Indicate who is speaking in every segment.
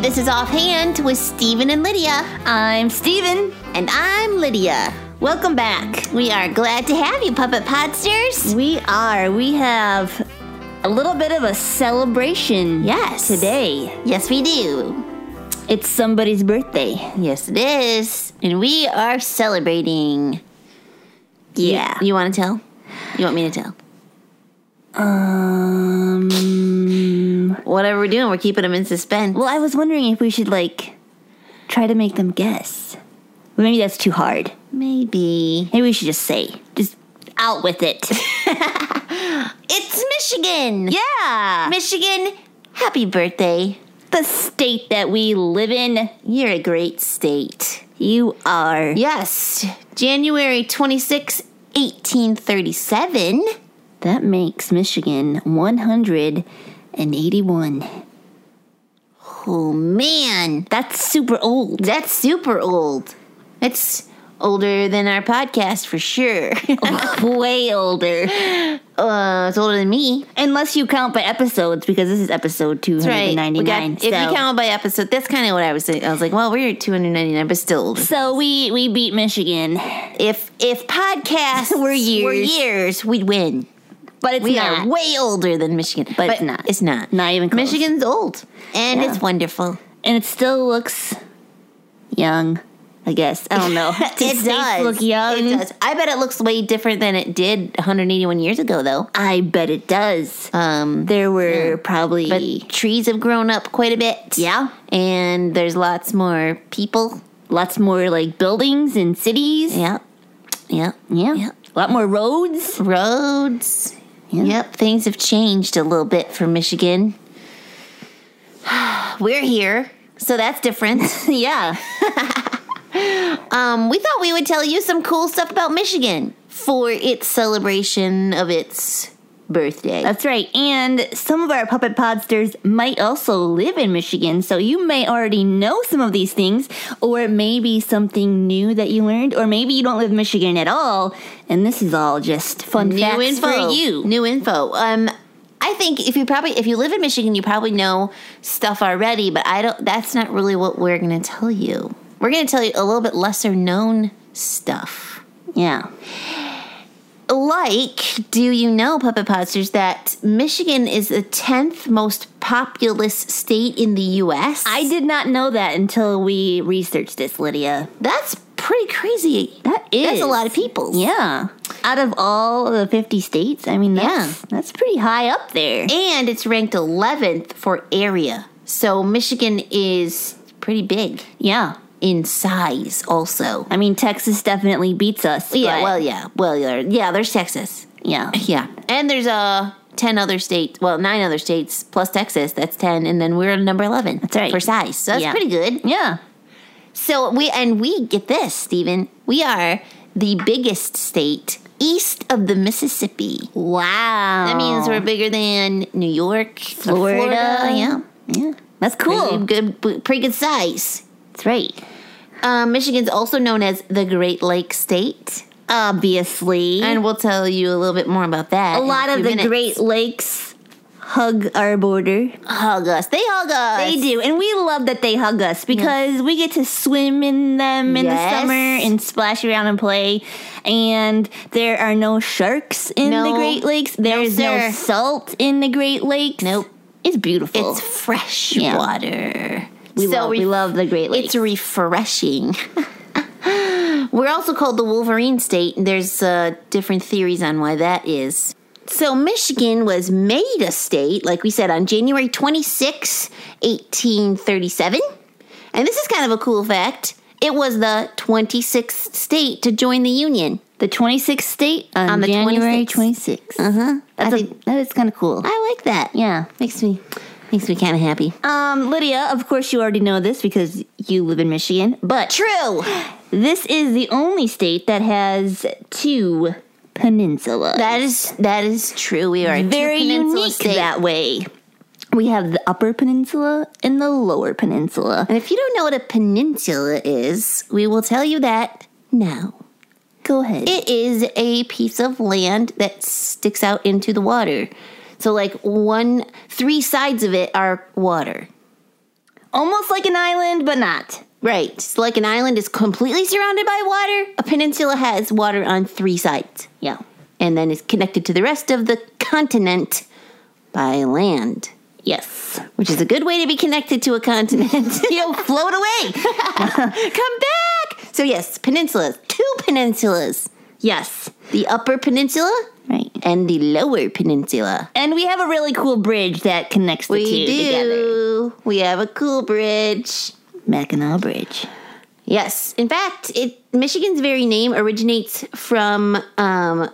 Speaker 1: This is Offhand with Steven and Lydia.
Speaker 2: I'm Steven.
Speaker 1: And I'm Lydia.
Speaker 2: Welcome back.
Speaker 1: We are glad to have you, Puppet Podsters.
Speaker 2: We are. We have a little bit of a celebration
Speaker 1: Yes.
Speaker 2: today.
Speaker 1: Yes, we do.
Speaker 2: It's somebody's birthday.
Speaker 1: Yes, it is. And we are celebrating. You-
Speaker 2: Yeah.
Speaker 1: You, want to tell? You want me to tell?
Speaker 2: Um.
Speaker 1: Whatever we're doing, we're keeping them in suspense.
Speaker 2: Well, I was wondering if we should like try to make them guess. Maybe that's too hard.
Speaker 1: maybe.
Speaker 2: Maybe we should just say, just out with it.
Speaker 1: It's Michigan.
Speaker 2: yeah.
Speaker 1: Michigan, happy birthday.
Speaker 2: The state that we live in.
Speaker 1: You're a great state.
Speaker 2: You are.
Speaker 1: Yes, January 26, 1837.
Speaker 2: That makes Michigan 181.
Speaker 1: Oh man,
Speaker 2: That's super old.
Speaker 1: that's super old. That's older than our podcast for sure.
Speaker 2: Way older.
Speaker 1: uh, it's older than me.
Speaker 2: Unless you count by episodes, because this is episode
Speaker 1: Right.
Speaker 2: 299.
Speaker 1: We got- If
Speaker 2: so-
Speaker 1: you count by episode, that's kind of what I was saying. I was like, well, we're 299, but still older.
Speaker 2: So we, we beat Michigan.
Speaker 1: If if podcasts
Speaker 2: We're
Speaker 1: were
Speaker 2: years.
Speaker 1: years, we'd win.
Speaker 2: But it's
Speaker 1: We
Speaker 2: not.
Speaker 1: are way older than Michigan,
Speaker 2: But it's not.
Speaker 1: It's not.
Speaker 2: Not even close.
Speaker 1: Michigan's old, and
Speaker 2: Yeah.
Speaker 1: it's wonderful.
Speaker 2: And it still looks young, I guess. I don't know. Do
Speaker 1: it
Speaker 2: states
Speaker 1: does
Speaker 2: look young?
Speaker 1: It does. I bet it looks way different than it did 181 years ago, though.
Speaker 2: I bet it does.
Speaker 1: Um,
Speaker 2: There were probably.
Speaker 1: but trees have grown up quite a bit.
Speaker 2: yeah.
Speaker 1: and there's lots more people.
Speaker 2: Lots more like buildings and cities.
Speaker 1: Yeah, yeah,
Speaker 2: Yeah.
Speaker 1: Yeah.
Speaker 2: A lot more roads.
Speaker 1: roads.
Speaker 2: Yeah.
Speaker 1: Yep, things have changed a little bit for Michigan. We're here, so that's different.
Speaker 2: yeah.
Speaker 1: Um, we thought we would tell you some cool stuff about Michigan for its celebration of its birthday.
Speaker 2: That's right. And some of our puppet podsters might also live in Michigan, so you may already know some of these things, or it may be something new that you learned, or maybe you don't live in Michigan at all, and this is all just fun
Speaker 1: new
Speaker 2: facts
Speaker 1: info
Speaker 2: for you.
Speaker 1: New info. Um, I think if you probably if you live in Michigan, you probably know stuff already. But I don't. That's not really what we're going to tell you. We're going to tell you a little bit lesser known stuff.
Speaker 2: Yeah.
Speaker 1: Like, do you know, Puppet Podsters, that Michigan is the tenth most populous state in the U.S.
Speaker 2: I did not know that until we researched this, Lydia.
Speaker 1: That's pretty crazy.
Speaker 2: That is
Speaker 1: That's a lot of people.
Speaker 2: Yeah. Out of all the 50 states, I mean, that's,
Speaker 1: Yeah.
Speaker 2: that's pretty high up there.
Speaker 1: And it's ranked 11th for area. So Michigan is pretty big
Speaker 2: yeah.
Speaker 1: in size, also.
Speaker 2: I mean, Texas definitely beats us.
Speaker 1: Yeah,
Speaker 2: but-
Speaker 1: well, yeah. Well, yeah, yeah, there's Texas.
Speaker 2: yeah.
Speaker 1: Yeah. And there's uh, 10 other states, well, nine other states plus Texas. That's 10. And then we're number 11. That's
Speaker 2: right.
Speaker 1: For size. So that's
Speaker 2: Yeah.
Speaker 1: pretty good.
Speaker 2: Yeah.
Speaker 1: So we and we get this, Stephen. We are the biggest state east of the Mississippi.
Speaker 2: Wow.
Speaker 1: That means we're bigger than New York,
Speaker 2: Florida.
Speaker 1: Yeah.
Speaker 2: Yeah. That's cool.
Speaker 1: Pretty good, pretty good size.
Speaker 2: That's right.
Speaker 1: Um, Michigan's also known as the Great Lake State,
Speaker 2: Obviously.
Speaker 1: and we'll tell you a little bit more about that.
Speaker 2: a
Speaker 1: in
Speaker 2: lot of
Speaker 1: few
Speaker 2: the
Speaker 1: minutes.
Speaker 2: Great Lakes hug our border.
Speaker 1: hug us. They hug us.
Speaker 2: They do. And we love that they hug us because we get to swim in them in
Speaker 1: Yes.
Speaker 2: the summer and splash around and play. And there are no sharks in
Speaker 1: No.
Speaker 2: the Great Lakes. There's no,
Speaker 1: sir.
Speaker 2: salt in the Great Lakes.
Speaker 1: Nope.
Speaker 2: It's beautiful.
Speaker 1: It's fresh
Speaker 2: Yeah.
Speaker 1: water.
Speaker 2: we, love,
Speaker 1: re-
Speaker 2: we love the Great Lakes.
Speaker 1: It's refreshing. We're also called the Wolverine State, and there's uh, different theories on why that is. So, Michigan was made a state, like we said, on January 26, 1837. And this is kind of a cool fact it was the 26th state to join the Union.
Speaker 2: the 26th state on,
Speaker 1: On the
Speaker 2: January
Speaker 1: 26th.
Speaker 2: 26th. Uh huh. That's
Speaker 1: I
Speaker 2: a-
Speaker 1: think-
Speaker 2: that is kind of cool.
Speaker 1: I like that.
Speaker 2: Yeah.
Speaker 1: Makes me, makes me kind of happy.
Speaker 2: Um, Lydia, of course you already know this because you live in Michigan, but
Speaker 1: True.
Speaker 2: this is the only state that has two peninsulas.
Speaker 1: That is that is true. We are a
Speaker 2: very
Speaker 1: two-peninsula
Speaker 2: unique
Speaker 1: state.
Speaker 2: that way. We have the Upper Peninsula and the Lower Peninsula.
Speaker 1: And if you don't know what a peninsula is, we will tell you that now.
Speaker 2: Go ahead.
Speaker 1: It is a piece of land that sticks out into the water. So like one three sides of it are water.
Speaker 2: almost like an island, but not.
Speaker 1: Right. It's like an island is completely surrounded by water. A peninsula has water on three sides
Speaker 2: Yeah.
Speaker 1: and then is connected to the rest of the continent by land,
Speaker 2: Yes.
Speaker 1: which is a good way to be connected to a continent.
Speaker 2: Yo, float away.
Speaker 1: Come back! So, yes, peninsulas. Two peninsulas
Speaker 2: yes.
Speaker 1: the Upper Peninsula
Speaker 2: Right.
Speaker 1: and the Lower Peninsula.
Speaker 2: And we have a really cool bridge that connects the
Speaker 1: We
Speaker 2: two together.
Speaker 1: do. We have a cool bridge.
Speaker 2: Mackinac Bridge.
Speaker 1: Yes. In fact, it Michigan's very name originates from um,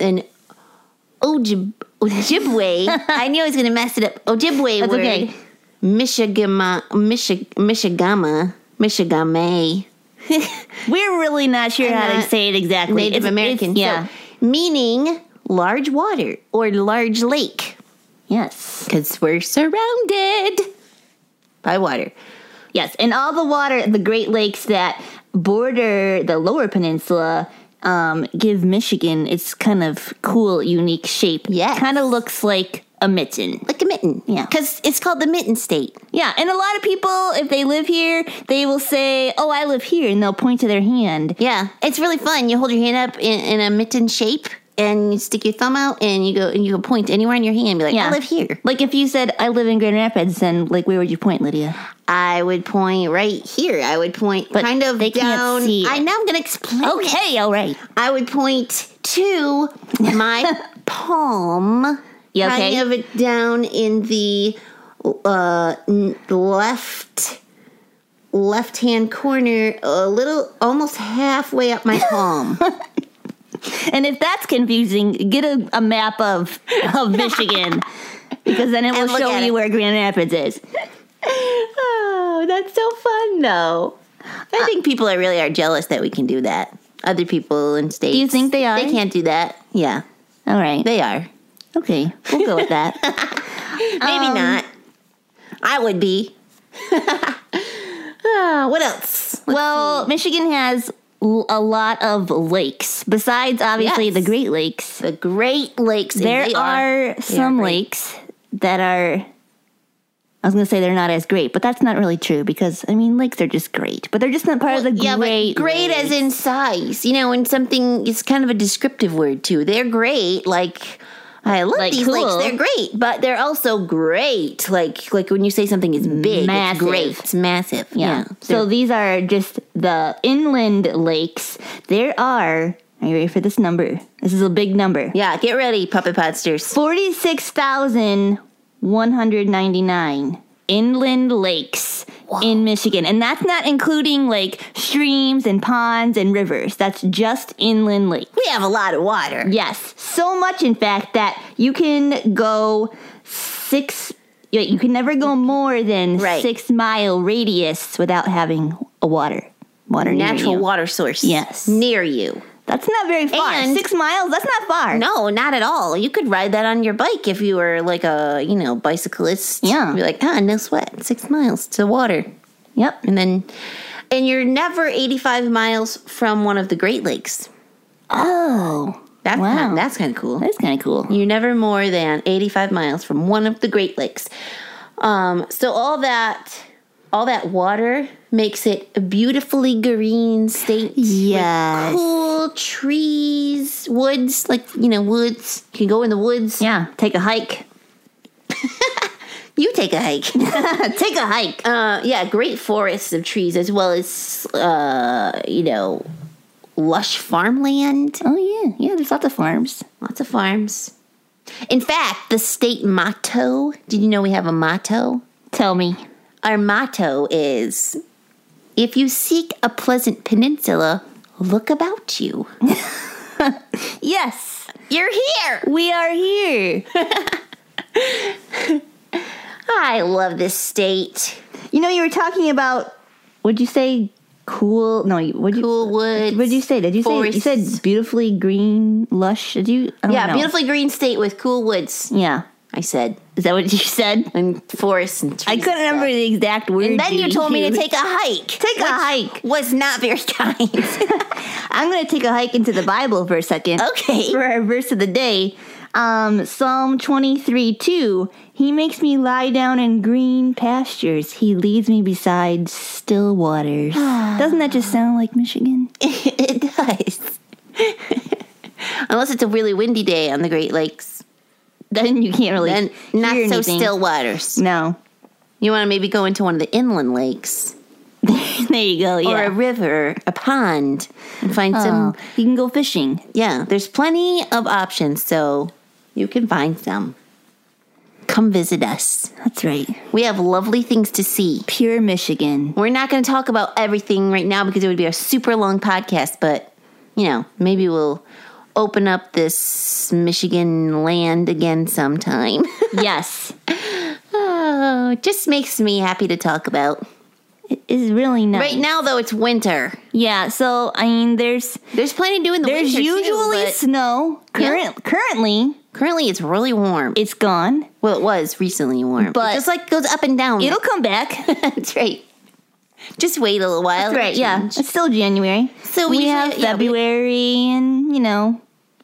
Speaker 1: an Ojib- Ojibwe. I knew I was going to mess it up. Ojibwe
Speaker 2: That's
Speaker 1: word.
Speaker 2: okay.
Speaker 1: Michigama, Michi- Michigama, Michigame.
Speaker 2: We're really not sure
Speaker 1: And,
Speaker 2: how
Speaker 1: uh,
Speaker 2: to say it exactly.
Speaker 1: Native
Speaker 2: It's- it's-
Speaker 1: American.
Speaker 2: yeah.
Speaker 1: So, meaning large water or large lake
Speaker 2: yes.
Speaker 1: because we're surrounded by water.
Speaker 2: Yes. And all the water, the Great Lakes that border the Lower Peninsula. Um, give Michigan its kind of cool, unique shape.
Speaker 1: Yes.
Speaker 2: Kind of looks like a mitten.
Speaker 1: Like a mitten.
Speaker 2: Yeah.
Speaker 1: Because it's called the mitten state.
Speaker 2: Yeah, and a lot of people, if they live here, they will say, "Oh, I live here," and they'll point to their hand.
Speaker 1: Yeah. It's really fun. You hold your hand up in, in a mitten shape and you stick your thumb out and you go and you can point anywhere on your hand and be like,
Speaker 2: Yeah.
Speaker 1: I live here.
Speaker 2: Like if you said, "I live in Grand Rapids," then like where would you point, Lydia?
Speaker 1: I would point right here. I would point
Speaker 2: But
Speaker 1: kind of
Speaker 2: they can't
Speaker 1: down.
Speaker 2: see it. Oh.
Speaker 1: I know I'm going to explain. it.
Speaker 2: Okay, all right.
Speaker 1: I would point to my palm,
Speaker 2: You okay?
Speaker 1: kind of it down in the uh, n- left left hand corner, a little almost halfway up my palm.
Speaker 2: And if that's confusing, get a, a map of of Michigan because then it will
Speaker 1: And look
Speaker 2: show
Speaker 1: at
Speaker 2: you
Speaker 1: it.
Speaker 2: where Grand Rapids is.
Speaker 1: oh, that's so fun, though. I
Speaker 2: Uh,
Speaker 1: think people are really are jealous that we can do that. Other people in states.
Speaker 2: you think they are?
Speaker 1: They can't do that. Yeah,
Speaker 2: All right.
Speaker 1: they are.
Speaker 2: Okay, we'll go with that.
Speaker 1: Maybe
Speaker 2: Um,
Speaker 1: not. I would be. Ah, what else?
Speaker 2: well, Michigan has l- a lot of lakes besides obviously
Speaker 1: Yes.
Speaker 2: the Great Lakes.
Speaker 1: The Great Lakes. and
Speaker 2: There
Speaker 1: they
Speaker 2: are, some
Speaker 1: great.
Speaker 2: lakes that are. I was gonna say they're not as great, but that's not really true because I mean lakes are just great, but they're just not part of the
Speaker 1: yeah,
Speaker 2: great.
Speaker 1: but great as in size. You know, and something it's kind of a descriptive word too. They're great, like I love
Speaker 2: Like
Speaker 1: these
Speaker 2: cool.
Speaker 1: lakes. They're great, but they're also great. Like like when you say something is big,
Speaker 2: Massive.
Speaker 1: it's great, it's massive.
Speaker 2: yeah.
Speaker 1: Yeah.
Speaker 2: So these are just the inland lakes. There are. Are you ready for this number? This is a big number.
Speaker 1: yeah, get ready, puppet podsters.
Speaker 2: Forty-six thousand one hundred ninety-nine inland lakes in Michigan, and that's not including like streams and ponds and rivers. That's just inland lakes.
Speaker 1: We have a lot of water.
Speaker 2: Yes, so much in fact that you can go six. You you can never go more than
Speaker 1: Right.
Speaker 2: six mile radius without having a water water near
Speaker 1: Natural
Speaker 2: you.
Speaker 1: water source.
Speaker 2: Yes.
Speaker 1: Near you.
Speaker 2: That's not very far.
Speaker 1: And-
Speaker 2: six miles. That's not far.
Speaker 1: No, not at all. You could ride that on your bike if you were like a, you know, bicyclist.
Speaker 2: Yeah.
Speaker 1: Be like, ah, no sweat, six miles to water.
Speaker 2: Yep.
Speaker 1: And then, and you're never 85 miles from one of the Great Lakes.
Speaker 2: Oh,
Speaker 1: That's
Speaker 2: Wow.
Speaker 1: kind that's kind of cool.
Speaker 2: that's kind of cool.
Speaker 1: You're never more than 85 miles from one of the Great Lakes. Um, so all that, all that water makes it a beautifully green state.
Speaker 2: Yes.
Speaker 1: Cool trees, woods, like, you know, woods. You can go in the woods.
Speaker 2: Yeah. Take a hike.
Speaker 1: You take a hike.
Speaker 2: Take a hike.
Speaker 1: uh, yeah, great forests of trees as well as uh, you know lush farmland,
Speaker 2: oh yeah, yeah. There's lots of farms.
Speaker 1: lots of farms. In fact, the state motto. Did you know we have a motto?
Speaker 2: Tell me.
Speaker 1: Our motto is, "If you seek a pleasant peninsula, look about you."
Speaker 2: Yes,
Speaker 1: You're here.
Speaker 2: we are here.
Speaker 1: I love this state.
Speaker 2: you know, you were talking about. Would you say cool? No, you- would you?
Speaker 1: Cool woods.
Speaker 2: What did you say? Did you say you
Speaker 1: forests.
Speaker 2: said beautifully green, lush? Did you? I don't
Speaker 1: Yeah,
Speaker 2: know.
Speaker 1: beautifully green state with cool woods.
Speaker 2: Yeah,
Speaker 1: I said,
Speaker 2: is that what you said?
Speaker 1: and forests and trees.
Speaker 2: I couldn't
Speaker 1: and stuff.
Speaker 2: remember the exact word.
Speaker 1: And then you told me to
Speaker 2: used.
Speaker 1: take a hike.
Speaker 2: Take a
Speaker 1: which
Speaker 2: hike.
Speaker 1: Was not very kind.
Speaker 2: I'm going to take a hike into the Bible for a second.
Speaker 1: Okay.
Speaker 2: For our verse of the day, Um, Psalm 23 2. He makes me lie down in green pastures. He leads me beside still waters. Doesn't that just sound like Michigan?
Speaker 1: it does. Unless it's a really windy day on the Great Lakes,
Speaker 2: Then you can't really.
Speaker 1: then not
Speaker 2: hear
Speaker 1: so
Speaker 2: anything.
Speaker 1: still waters.
Speaker 2: No.
Speaker 1: You want to maybe go into one of the inland lakes
Speaker 2: there you go.
Speaker 1: or a
Speaker 2: Oh, Yeah.
Speaker 1: river, a pond, and find
Speaker 2: Oh,
Speaker 1: some.
Speaker 2: you can go fishing.
Speaker 1: Yeah, there's plenty of options, so you can find some. Come visit us.
Speaker 2: That's right.
Speaker 1: We have lovely things to see.
Speaker 2: Pure Michigan.
Speaker 1: We're not going to talk about everything right now because it would be a super long podcast, but you know, maybe we'll open up this Michigan land again sometime.
Speaker 2: yes.
Speaker 1: oh, it just makes me happy to talk about.
Speaker 2: It is really nice.
Speaker 1: Right now though, it's winter.
Speaker 2: Yeah, so I mean there's
Speaker 1: There's plenty to do in the
Speaker 2: there's
Speaker 1: winter too,
Speaker 2: usually
Speaker 1: but
Speaker 2: snow. Current currently
Speaker 1: currently it's really warm.
Speaker 2: it's gone.
Speaker 1: well, it was recently warm,
Speaker 2: But-
Speaker 1: it just like goes up and down.
Speaker 2: It'll come back.
Speaker 1: That's right. Just wait a little while.
Speaker 2: That's right, yeah.
Speaker 1: Change.
Speaker 2: It's still January.
Speaker 1: So
Speaker 2: we
Speaker 1: we
Speaker 2: have
Speaker 1: usually- yeah, we-
Speaker 2: February and you know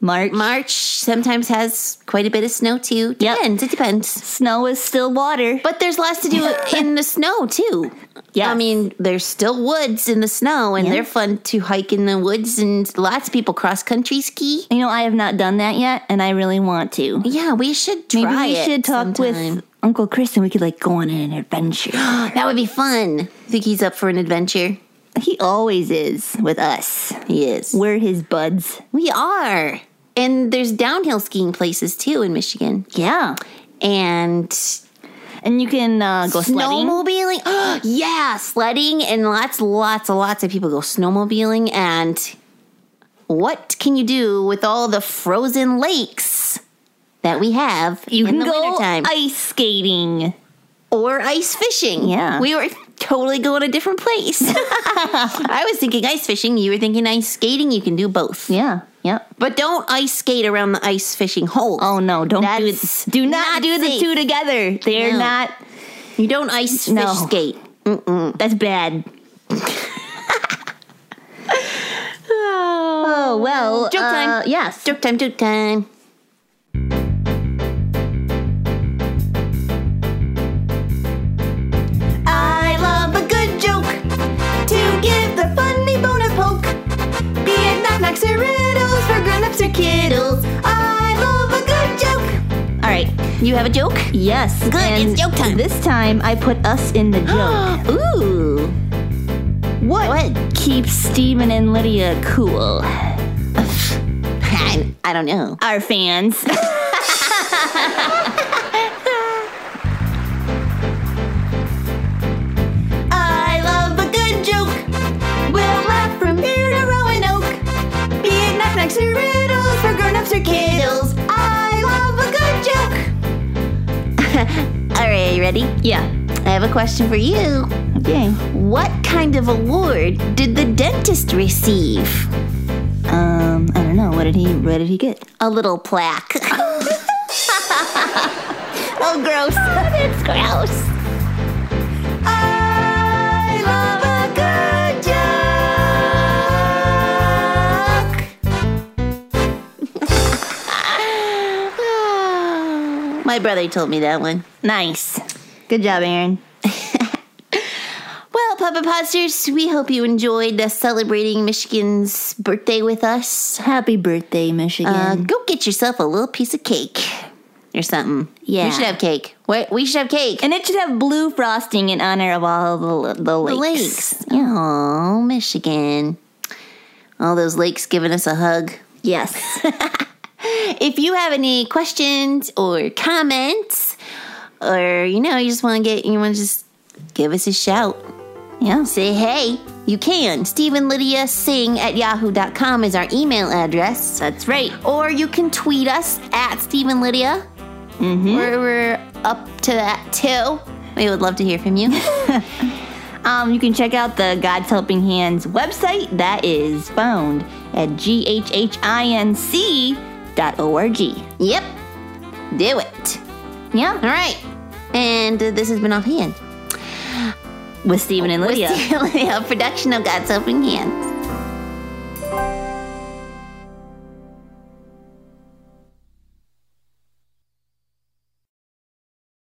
Speaker 2: March.
Speaker 1: March sometimes has quite a bit of snow too.
Speaker 2: Yep.
Speaker 1: Depends. It depends.
Speaker 2: Snow is still water.
Speaker 1: But there's lots to do in the snow too.
Speaker 2: Yes.
Speaker 1: I mean, there's still woods in the snow, and
Speaker 2: Yeah.
Speaker 1: they're fun to hike in the woods, and lots of people cross country ski.
Speaker 2: you know, I have not done that yet and I really want to.
Speaker 1: Yeah, we should try
Speaker 2: Maybe we
Speaker 1: it
Speaker 2: should talk
Speaker 1: sometime.
Speaker 2: with Uncle Chris and we could like go on an adventure.
Speaker 1: That would be fun. Think he's up for an adventure?
Speaker 2: he always is with us.
Speaker 1: He is.
Speaker 2: We're his buds.
Speaker 1: We are. And there's downhill skiing places too in Michigan.
Speaker 2: Yeah.
Speaker 1: And
Speaker 2: And you can uh, go sledding.
Speaker 1: snowmobiling. yeah, sledding and lots, lots, and lots of people go snowmobiling. And what can you do with all the frozen lakes that we have
Speaker 2: You
Speaker 1: in
Speaker 2: can
Speaker 1: the
Speaker 2: go
Speaker 1: wintertime?
Speaker 2: ice skating.
Speaker 1: or ice fishing.
Speaker 2: Yeah.
Speaker 1: We were totally going a different place. I was thinking ice fishing. You were thinking ice skating. You can do both.
Speaker 2: Yeah. Yep.
Speaker 1: But don't ice skate around the ice fishing hole.
Speaker 2: Oh no! Don't do
Speaker 1: That's
Speaker 2: it. Do not,
Speaker 1: not
Speaker 2: do the
Speaker 1: safe.
Speaker 2: two together. They're
Speaker 1: No.
Speaker 2: not.
Speaker 1: You don't ice fish
Speaker 2: No.
Speaker 1: skate.
Speaker 2: That's bad. oh well.
Speaker 1: Joke time.
Speaker 2: uh, yes.
Speaker 1: Joke time, joke time.
Speaker 2: I love a good joke to give the funny bone a poke. Be it knock-knocks or riddles for grown-ups or kiddles. I love a good joke. All right.
Speaker 1: You have a joke?
Speaker 2: Yes.
Speaker 1: Good,
Speaker 2: and
Speaker 1: it's joke time.
Speaker 2: This time I put us in the joke.
Speaker 1: Ooh.
Speaker 2: what,
Speaker 1: What?
Speaker 2: keeps Steven and Lydia cool?
Speaker 1: I, I don't know.
Speaker 2: Our fans. I love a good joke. We'll laugh from here to Roanoke. Be it knock-knocks or riddles for grown-ups or kiddles. I love a good joke.
Speaker 1: All right, you ready?
Speaker 2: Yeah.
Speaker 1: I have a question for you.
Speaker 2: Okay.
Speaker 1: What kind of award did the dentist receive?
Speaker 2: Um, I don't know. What did he? What did he get?
Speaker 1: A little plaque.
Speaker 2: Oh, gross.
Speaker 1: That's gross.
Speaker 2: I love a good joke.
Speaker 1: My brother told me that one.
Speaker 2: Nice. Good job, Aaron.
Speaker 1: Well, Puppet Podsters, we hope you enjoyed uh, celebrating Michigan's birthday with us.
Speaker 2: Happy birthday, Michigan.
Speaker 1: Uh, go get yourself a little piece of cake or something.
Speaker 2: Yeah.
Speaker 1: We should have cake. What? We should have cake.
Speaker 2: and it should have blue frosting in honor of all the, the
Speaker 1: The
Speaker 2: lakes.
Speaker 1: lakes. Oh, Michigan. All those lakes giving us a hug.
Speaker 2: Yes.
Speaker 1: If you have any questions or comments, or you know, you just want to get, you want to just give us a shout.
Speaker 2: yeah.
Speaker 1: Say hey, you can. Stephen Lydia Sing at yahoo.com is our email address.
Speaker 2: That's right.
Speaker 1: Or you can tweet us at Stephen Lydia.
Speaker 2: Mhm.
Speaker 1: We're, we're up to that too. We would love to hear from you.
Speaker 2: Um, you can check out the God's Helping Hands website. That is found at ghhinc dot org.
Speaker 1: yep, do it.
Speaker 2: Yeah.
Speaker 1: All right. And uh, this has been Offhand.
Speaker 2: With Stephen and Lydia.
Speaker 1: Lydia. Lydia, a production of God's Helping Hands.